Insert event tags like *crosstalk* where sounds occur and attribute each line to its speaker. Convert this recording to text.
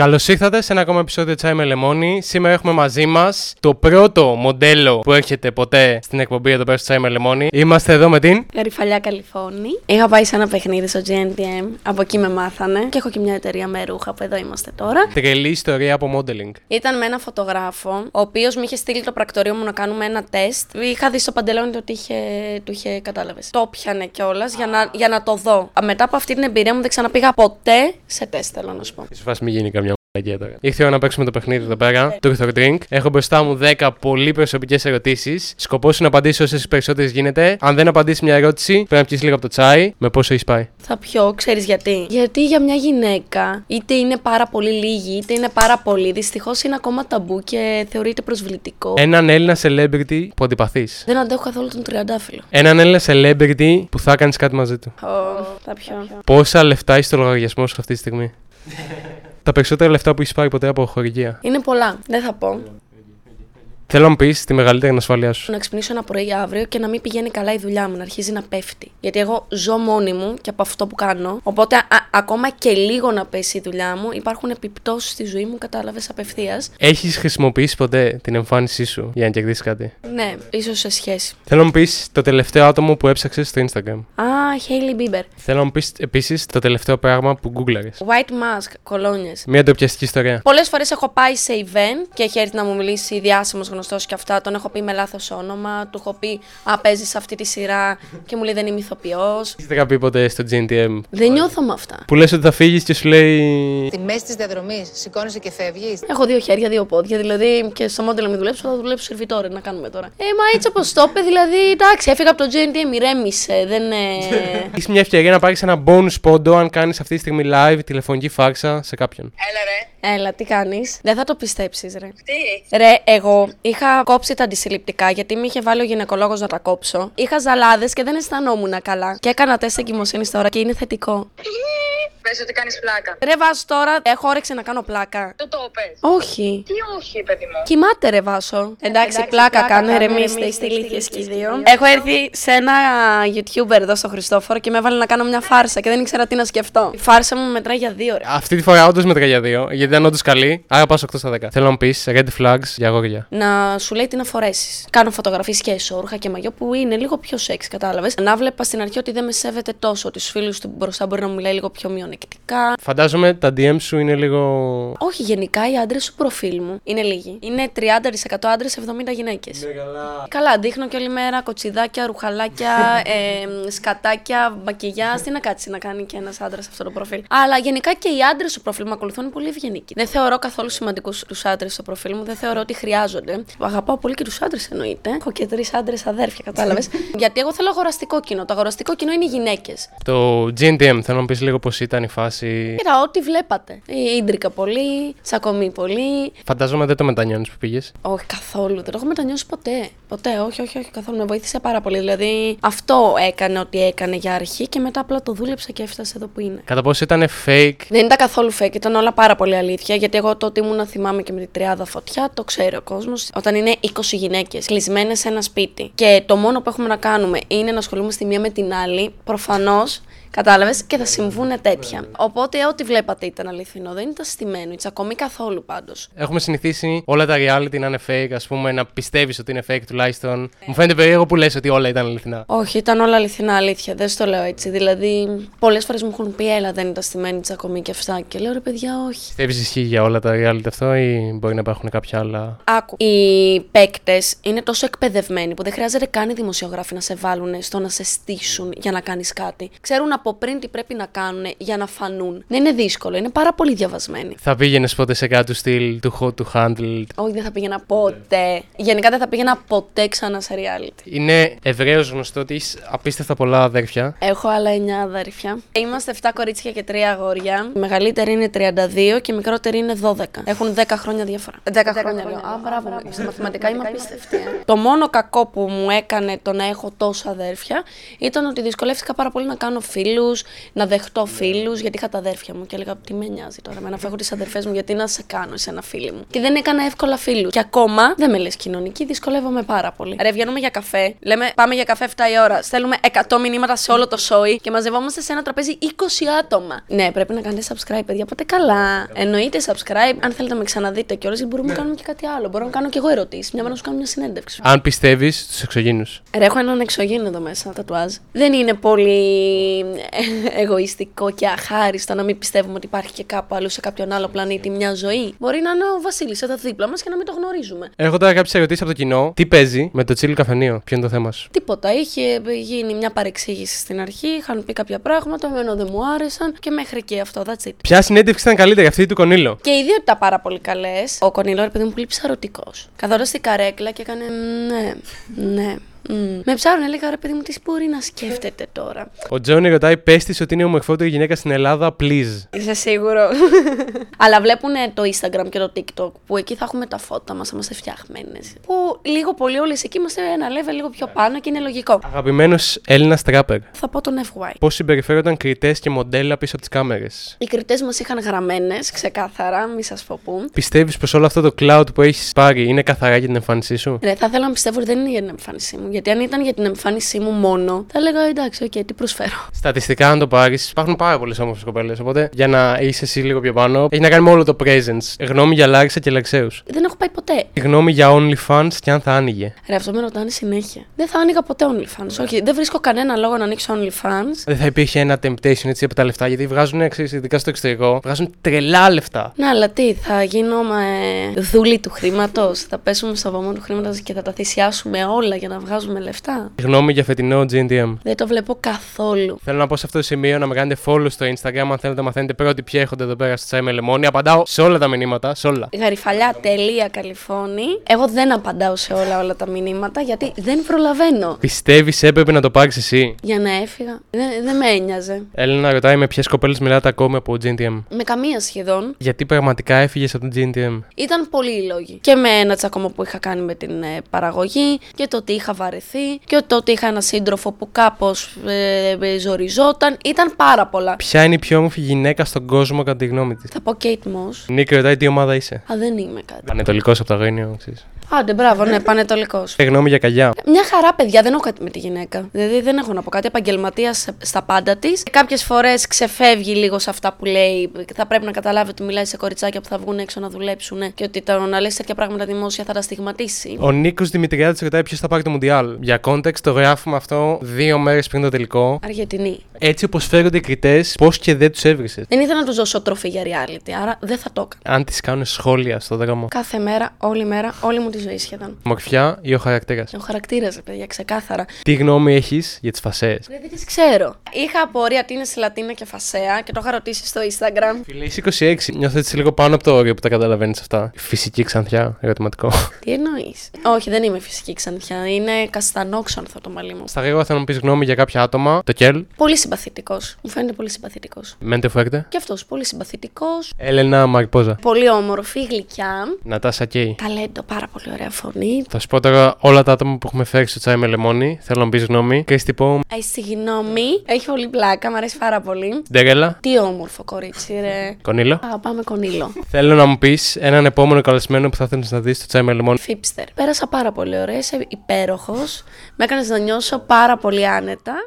Speaker 1: Καλώς ήρθατε σε ένα ακόμα επεισόδιο Τσάι με Λεμόνι. Σήμερα έχουμε μαζί μας το πρώτο μοντέλο που έρχεται ποτέ στην εκπομπή εδώ πέρα στο Τσάι με Λεμόνι. Είμαστε εδώ με την.
Speaker 2: Γαριφαλιά Καλιφώνη. Είχα πάει σε ένα παιχνίδι στο GNTM. Από εκεί με μάθανε. Και έχω και μια εταιρεία με ρούχα που εδώ είμαστε τώρα.
Speaker 1: Τρελή ιστορία από modeling.
Speaker 2: Ήταν με ένα φωτογράφο, ο οποίος μου είχε στείλει το πρακτορείο μου να κάνουμε ένα τεστ. Είχα δει στο παντελόνι το ότι είχε, του είχε κατάλαβες. Το πιανε κιόλας για, να, για να το δω. Α, Μετά από αυτή την εμπειρία μου δεν ξαναπήγα ποτέ σε τεστ, θέλω να σου πω.
Speaker 1: σω φάση μην γίνει καμιά μαγεία τώρα. Ήρθε η ώρα να παίξουμε το παιχνίδι εδώ πέρα, Truth or Drink. Έχω μπροστά μου 10 πολύ προσωπικές ερωτήσεις. Σκοπός είναι να απαντήσει όσες περισσότερες γίνεται. Αν δεν απαντήσεις μια ερώτηση, πρέπει να πιεις λίγο από το τσάι. Με πόσο έχεις πάει.
Speaker 2: Θα πιω, ξέρεις γιατί. Γιατί για μια γυναίκα, είτε είναι πάρα πολύ λίγη, είτε είναι πάρα πολύ, δυστυχώς είναι ακόμα ταμπού και θεωρείται προσβλητικό.
Speaker 1: Έναν Έλληνα celebrity που αντιπαθείς.
Speaker 2: Δεν αντέχω καθόλου τον τριαντάφυλλο.
Speaker 1: Έναν Έλληνα celebrity που θα κάνεις κάτι μαζί του.
Speaker 2: Ω, θα πιω.
Speaker 1: Πόσα λεφτά έχει στο λογαριασμό σου αυτή τη στιγμή. Τα περισσότερα λεφτά που έχεις πάρει ποτέ από χορηγία.
Speaker 2: Είναι πολλά. Δεν θα πω.
Speaker 1: Θέλω να μου πεις τη μεγαλύτερη ανασφάλειά σου.
Speaker 2: Να ξυπνήσω ένα πρωί αύριο και να μην πηγαίνει καλά η δουλειά μου, να αρχίζει να πέφτει. Γιατί εγώ ζω μόνη μου και από αυτό που κάνω. Οπότε, α- ακόμα και λίγο να πέσει η δουλειά μου, υπάρχουν επιπτώσεις στη ζωή μου, κατάλαβες απευθείας.
Speaker 1: Έχεις χρησιμοποιήσει ποτέ την εμφάνισή σου για να κερδίσεις κάτι.
Speaker 2: Ναι, ίσως σε σχέση.
Speaker 1: Θέλω να μου πεις το τελευταίο άτομο που έψαξες στο Instagram.
Speaker 2: Α, Χέιλι Μπίμπερ.
Speaker 1: Θέλω να μου πεις επίσης το τελευταίο πράγμα που γκούγκλαρες.
Speaker 2: White mask, κολόνιες.
Speaker 1: Μια ντοπιαστική ιστορία.
Speaker 2: Πολλές φορές έχω πάει σε event και έχει έρθει να μου μιλήσει διάσημος γνωστός και αυτά. Τον έχω πει με λάθος όνομα, του έχω πει Α, παίζεις σε αυτή τη σειρά και μου λέει Δεν είμαι ηθοποιός.
Speaker 1: Έχετε καπεί ποτέ στο GNTM
Speaker 2: Δεν νιώθω με αυτά.
Speaker 1: που λες ότι θα φύγεις και σου λέει.
Speaker 3: Στη μέση της διαδρομής σηκώνεσαι και φεύγεις.
Speaker 2: Έχω δύο χέρια, δύο πόδια. Δηλαδή και στο μόντελο μην δουλέψω, θα δουλέψω σερβιτόρε να κάνουμε τώρα. Ε, μα έτσι όπως το είπε, δηλαδή εντάξει, έφυγα από το GNTM, ηρέμησε. Δεν. Ε...
Speaker 1: Έχεις μια ευκαιρία να πάρεις ένα bonus πόντο αν κάνεις αυτή τη στιγμή live τηλεφωνική φάξα σε κάποιον.
Speaker 3: Έλα ρε.
Speaker 2: Έλα, τι κάνεις. Δεν θα το πιστέψεις, ρε.
Speaker 3: Τι.
Speaker 2: Ρε, εγώ είχα κόψει τα αντισυλληπτικά γιατί με είχε βάλει ο γυναικολόγος να τα κόψω. Είχα ζαλάδες και δεν αισθανόμουν καλά. Και έκανα τεστ εγκυμοσύνης τώρα και είναι θετικό.
Speaker 3: *laughs* Πες ότι κάνεις πλάκα.
Speaker 2: Ρε, βάζω τώρα, έχω όρεξη να κάνω πλάκα.
Speaker 3: Το το πες.
Speaker 2: Όχι.
Speaker 3: Τι όχι παιδί μου.
Speaker 2: Κοιμάται ρε Βάσο. Εντάξει, πλάκα, κάνε ρεμίστε, είστε ηλίθιες και οι δύο. Έχω έρθει σε ένα YouTuber εδώ στο Χριστόφορο και με έβαλε να κάνω μια φάρσα και δεν ήξερα τι να σκεφτώ. Η φάρσα μου μετράει για δύο ρε.
Speaker 1: Αυτή τη φορά όντως μετράει για δύο, γιατί ήταν όντως καλή. Άρα πα 8 στα 10. Θέλω να μου πεις red flags για αγόρια.
Speaker 2: Να σου λέει τι να φορέσεις. Κάνω φωτογραφίες και εσόρουχα και μαγιό που είναι λίγο πιο σεξ, κατάλαβες. Να βλέπα στην αρχή ότι δεν με σέβεται τόσο. Του φίλους του μπροστά μπορεί να μου λέει λίγο πιο μειονεκτικά.
Speaker 1: Φαντάζομαι τα DM σου είναι λίγο.
Speaker 2: Όχι, γενικά οι άντρες του προφίλ μου είναι λίγοι. Είναι 30% άντρε, 70 γυναίκε. Καλά, δείχνω και όλη μέρα κοτσιδάκια, ρουχαλάκια, ε, σκατάκια, μπακιγιά. Τι να κάτσει να κάνει και ένας άντρας αυτό το προφίλ. Αλλά γενικά και οι άντρες στο προφίλ μου ακολουθούν είναι πολύ ευγενικοί. Δεν θεωρώ καθόλου σημαντικούς τους άντρες στο προφίλ μου, δεν θεωρώ ότι χρειάζονται. Αγαπάω πολύ και τους άντρες εννοείται. Έχω και τρεις άντρες αδέρφια, κατάλαβες. Γιατί εγώ θέλω αγοραστικό κοινό. Το αγοραστικό κοινό είναι οι γυναίκες.
Speaker 1: Το GNTM, θέλω να μου πεις λίγο πώς ήταν η φάση.
Speaker 2: Κοίτα, ό,τι βλέπατε. Η ίντρικα πολύ, τσακωμή πολύ.
Speaker 1: Φαντάζομαι δεν το μετανιώνεις που πήγες.
Speaker 2: Όχι, καθόλου. Δεν το έχω μετανιώσει ποτέ. Ποτέ, όχι, όχι, όχι, καθόλου. Με βοήθησε πάρα πολύ. Δηλαδή, αυτό έκανε ότι έκανε για αρχή και μετά απλά το δούλεψα και έφτασε εδώ που είναι.
Speaker 1: Κατά πόσο ήταν fake.
Speaker 2: Δεν ήταν καθόλου fake, ήταν όλα πάρα πολύ αλήθεια. Γιατί εγώ τότε ήμουν να θυμάμαι και με την τριάδα φωτιά, το ξέρει ο κόσμος. Όταν είναι 20 γυναίκες κλεισμένες σε ένα σπίτι και το μόνο που έχουμε να κάνουμε είναι να ασχολούμαστε τη μία με την άλλη, προφανώς Κατάλαβες και θα συμβούν τέτοια. Οπότε, ό,τι βλέπατε ήταν αληθινό. Δεν ήταν στημένο, η τσακωμή καθόλου πάντως.
Speaker 1: Έχουμε συνηθίσει όλα τα reality να είναι fake, ας πούμε, να πιστεύεις ότι είναι fake τουλάχιστον. Μου φαίνεται περίεργο που λες ότι όλα ήταν αληθινά.
Speaker 2: Όχι, ήταν όλα αληθινά αλήθεια. Δεν στο λέω έτσι. Δηλαδή, πολλές φορές μου έχουν πει Έλα, δεν ήταν στημένη τσακωμή και αυτά. Και λέω ρε, παιδιά, όχι.
Speaker 1: Πιστεύεις ισχύει για όλα τα reality αυτό ή μπορεί να υπάρχουν κάποια άλλα.
Speaker 2: Άκου. Οι παίκτες είναι τόσο εκπαιδευμένοι που δεν χρειάζεται καν οι δημοσιογράφοι να σε βάλουν στο να σε στήσουν για να κάνεις κάτι. Ξέρουν από πριν τι πρέπει να κάνουν για να φανούν. Δεν είναι δύσκολο, είναι πάρα πολύ διαβασμένοι.
Speaker 1: Θα πήγαινες ποτέ σε κάτι του στυλ του hot του handle.
Speaker 2: Όχι, δεν θα πήγαινα ποτέ. Γενικά δεν θα πήγαινα ποτέ ξανά σε reality.
Speaker 1: Είναι ευρέως γνωστό ότι έχεις απίστευτα πολλά αδέρφια.
Speaker 2: Έχω άλλα 9 αδέρφια. Είμαστε 7 κορίτσια και 3 αγόρια. Η μεγαλύτερη είναι 32 και η μικρότερη είναι 12. Έχουν 10 χρόνια διαφορά. 10, χρόνια λέω. Α, μπράβο. μου. Στα μαθηματικά είμαι απίστευτη. ε. Το μόνο κακό που μου έκανε το να έχω τόσα αδέρφια ήταν ότι δυσκολεύτηκα πάρα πολύ να κάνω φίλους φίλου, να δεχτώ φίλους, γιατί είχα τα αδέρφια μου και έλεγα τι με νοιάζει τώρα. Εμένα φεύγω τις αδερφές μου, γιατί να σε κάνω εσένα φίλη μου. Και δεν έκανα εύκολα φίλους. Και ακόμα δεν με λες κοινωνική, δυσκολεύομαι πάρα πολύ. Ρε, βγαίνουμε για καφέ, λέμε πάμε για καφέ 7 η ώρα, στέλνουμε 100 μηνύματα σε όλο το σόι και μαζευόμαστε σε ένα τραπέζι 20 άτομα. Ναι, πρέπει να κάνετε subscribe, παιδιά, ποτέ καλά. Εννοείται subscribe, αν θέλετε να με ξαναδείτε κιόλας, γιατί μπορούμε να κάνουμε και κάτι άλλο. Μπορώ να κάνω κι εγώ ερωτήσεις, μια μέρα να σου κάνω μια συνέντευξη.
Speaker 1: Αν πιστεύεις στους εξωγήνους.
Speaker 2: Ρε, έχω έναν εξωγήινο εδώ μέσα, τατουάζ. Δεν είναι πολύ ε, εγωιστικό και αχάριστο να μην πιστεύουμε ότι υπάρχει και κάπου αλλού σε κάποιον άλλο πλανήτη μια ζωή. Μπορεί να είναι ο Βασίλης εδώ δίπλα μας και να μην το γνωρίζουμε.
Speaker 1: Έχω τώρα κάποιες ερωτήσεις από το κοινό. Τι παίζει με το τσίλι καφενείο, ποιο είναι το θέμα σου.
Speaker 2: Τίποτα. Είχε γίνει μια παρεξήγηση στην αρχή, είχαν πει κάποια πράγματα, εμένα δεν μου άρεσαν και μέχρι και αυτό, that's it.
Speaker 1: Ποια συνέντευξη ήταν καλύτερη, αυτή ή του Κονίλο.
Speaker 2: Και οι δύο ήταν πάρα πολύ καλές. Ο Κονίλο, ρε παιδί μου, πολύ ψαρωτικός. Καθόταν στην καρέκλα και έκανε. «Μ, Ναι, ναι. μ». Με ψάρουνε, έλεγα ρε παιδί μου, τι μπορεί να σκέφτεται τώρα.
Speaker 1: Ο Τζόνι ρωτάει, πε τη ότι είναι η ομορφότερη γυναίκα στην Ελλάδα, please.
Speaker 2: Είσαι σίγουρο. *laughs* Αλλά βλέπουν ε, το Instagram και το TikTok που εκεί θα έχουμε τα φώτα μας, θα είμαστε φτιαχμένες. Που λίγο πολύ όλες εκεί είμαστε ένα level λίγο πιο πάνω και είναι λογικό.
Speaker 1: Αγαπημένος Έλληνας τράπερ.
Speaker 2: Θα πω τον FY.
Speaker 1: Πώς συμπεριφέρονταν κριτές και μοντέλα πίσω από τις κάμερες.
Speaker 2: Οι κριτές μας είχαν γραμμένες, ξεκάθαρα, μη σας πω πού.
Speaker 1: Πιστεύεις πως όλο αυτό το cloud που έχεις πάρει είναι καθαρά για την εμφάνισή σου.
Speaker 2: Ναι, θα ήθελα να πιστεύω ότι δεν είναι για την εμφάνισή μου. Γιατί αν ήταν για την εμφάνισή μου μόνο, θα έλεγα εντάξει, οκ, τι προσφέρω.
Speaker 1: Στατιστικά, αν το πάρεις, υπάρχουν πάρα πολλές όμορφες κοπέλες. Οπότε για να είσαι εσύ λίγο πιο πάνω, έχει να κάνει με όλο το presence. Γνώμη για Λάρισα και Λαξέου.
Speaker 2: Δεν έχω πάει ποτέ.
Speaker 1: Γνώμη για OnlyFans και αν θα άνοιγε.
Speaker 2: Ρε, αυτό με ρωτάνε συνέχεια. Δεν θα άνοιγα ποτέ OnlyFans. Όχι, δεν βρίσκω κανένα λόγο να ανοίξω OnlyFans.
Speaker 1: Δεν θα υπήρχε ένα temptation έτσι από τα λεφτά, γιατί βγάζουν, ξέρεις, ειδικά στο εξωτερικό, βγάζουν τρελά λεφτά.
Speaker 2: Ναι, αλλά τι, θα γίνομαι δούλη του χρήματος. θα πέσουμε στο βαμό του χρήματος και θα τα θυσιάσουμε όλα για να βγάζουμε λεφτά.
Speaker 1: Γνώμη για φετινό GNTM.
Speaker 2: Δεν το βλέπω καθόλου.
Speaker 1: Θέλω να πω σε αυτό το σημείο να με κάνετε follow στο Instagram αν θέλετε να μαθαίνετε πρώτοι ποιοι έχονται εδώ πέρα στο τσάι με λεμόνι. Απαντάω σε όλα τα μηνύματα, σε όλα.
Speaker 2: Γαριφαλιά, τελεία Καλιφώνη. Εγώ δεν απαντάω σε όλα όλα τα μηνύματα γιατί δεν προλαβαίνω.
Speaker 1: Πιστεύεις έπρεπε να το πάρεις εσύ.
Speaker 2: Για να έφυγα. Δεν, δεν με ένοιαζε.
Speaker 1: Έλενα ρωτάει με ποιες κοπέλες μιλάτε ακόμη από GNTM.
Speaker 2: Με καμία σχεδόν.
Speaker 1: Γιατί πραγματικά έφυγες από το GNTM.
Speaker 2: Ήταν πολλοί οι λόγοι. Και με ένα τσακωμό που είχα κάνει με την ε, παραγωγή, και το ότι είχα βαρεθεί, και το ότι είχα ένα σύντροφο που κάπως ε, ε, ζοριζόταν. Ήταν πάρα πολλά.
Speaker 1: Ποια είναι η πιο όμορφη γυναίκα στον κόσμο κατά τη γνώμη της.
Speaker 2: Θα πω Kate Moss.
Speaker 1: Νίκη ρωτάει τι ομάδα είσαι.
Speaker 2: Α, δεν είμαι κάτι.
Speaker 1: Ανετολικός από το αγώνιο, ξέρεις.
Speaker 2: Άντε, μπράβο, ναι, πανετολικός.
Speaker 1: Ε, Γνώμη για καγιά.
Speaker 2: Μια χαρά, παιδιά, δεν έχω κάτι με τη γυναίκα. Δηλαδή, δεν έχω να πω κάτι. Επαγγελματίας στα πάντα της. Κάποιες φορές ξεφεύγει λίγο σε αυτά που λέει. Θα πρέπει να καταλάβει ότι μιλάει σε κοριτσάκια που θα βγουν έξω να δουλέψουν και ότι το να λες τέτοια πράγματα δημόσια θα τα στιγματίσει.
Speaker 1: Ο Νίκος Δημητριάδης ρωτάει ποιος θα πάρει το Μουντιάλ. Για context, το γράφουμε αυτό δύο μέρες πριν το τελικό.
Speaker 2: Αργεντινή.
Speaker 1: Έτσι όπως φέρονται οι κριτές, πώς και δεν τους έβρισες.
Speaker 2: Δεν ήθελα να τους δώσω τροφή για reality, άρα δεν θα το έκανα.
Speaker 1: Αν τις κάνουν σχόλια στον δρόμο.
Speaker 2: Κάθε μέρα, όλη μέρα, όλη μου τη ζωή σχεδόν.
Speaker 1: Μορφιά ή ο χαρακτήρας.
Speaker 2: Ο χαρακτήρας, παιδιά, ξεκάθαρα.
Speaker 1: Τι γνώμη έχεις για τις φασές.
Speaker 2: Ρε, δεν τις ξέρω. Είχα απορία τι είναι σε Λατίνα και φασέα και το είχα ρωτήσει στο Instagram.
Speaker 1: Φίλε, είσαι 26. Νιώθω έτσι λίγο πάνω από το όριο που τα καταλαβαίνεις αυτά. Φυσική ξανθιά, ερωτηματικό.
Speaker 2: Τι εννοείς. Όχι, δεν είμαι φυσική ξανθιά. Είναι καστανόξανθο το μαλλί μου.
Speaker 1: Στα γρήγορα θέλω να πεις γνώμη για κάποια άτομα. Το Κέλ,
Speaker 2: Πολύ συμπαθητικός. Μου φαίνεται πολύ συμπαθητικός.
Speaker 1: Μέντε Φουέρτε.
Speaker 2: Και αυτός πολύ συμπαθητικός.
Speaker 1: Έλενα Μαρπόζα.
Speaker 2: Πολύ όμορφη, γλυκιά.
Speaker 1: Νατάσα Κέι.
Speaker 2: Ταλέντο, πάρα πολύ ωραία φωνή.
Speaker 1: Θα σου πω τώρα όλα τα άτομα που έχουμε φέρει στο τσάι με λεμόνι. Θέλω να μου πει γνώμη. Κρίστη Πόμ,
Speaker 2: Αϊ, συγγνώμη. Έχει πολύ πλάκα, μου αρέσει πάρα πολύ.
Speaker 1: Ντέγελα,
Speaker 2: Τι όμορφο κορίτσι, ρε.
Speaker 1: Κονίλο.
Speaker 2: Α, πάμε κονίλο.
Speaker 1: Θέλω να μου πεις έναν επόμενο καλεσμένο που θα θέλεις να δεις στο τσάι με λεμόνι.
Speaker 2: Φίπστερ. Πέρασα πάρα πολύ ωραία, είσαι υπέροχος. Με έκανες να νιώσω πάρα πολύ άνετα.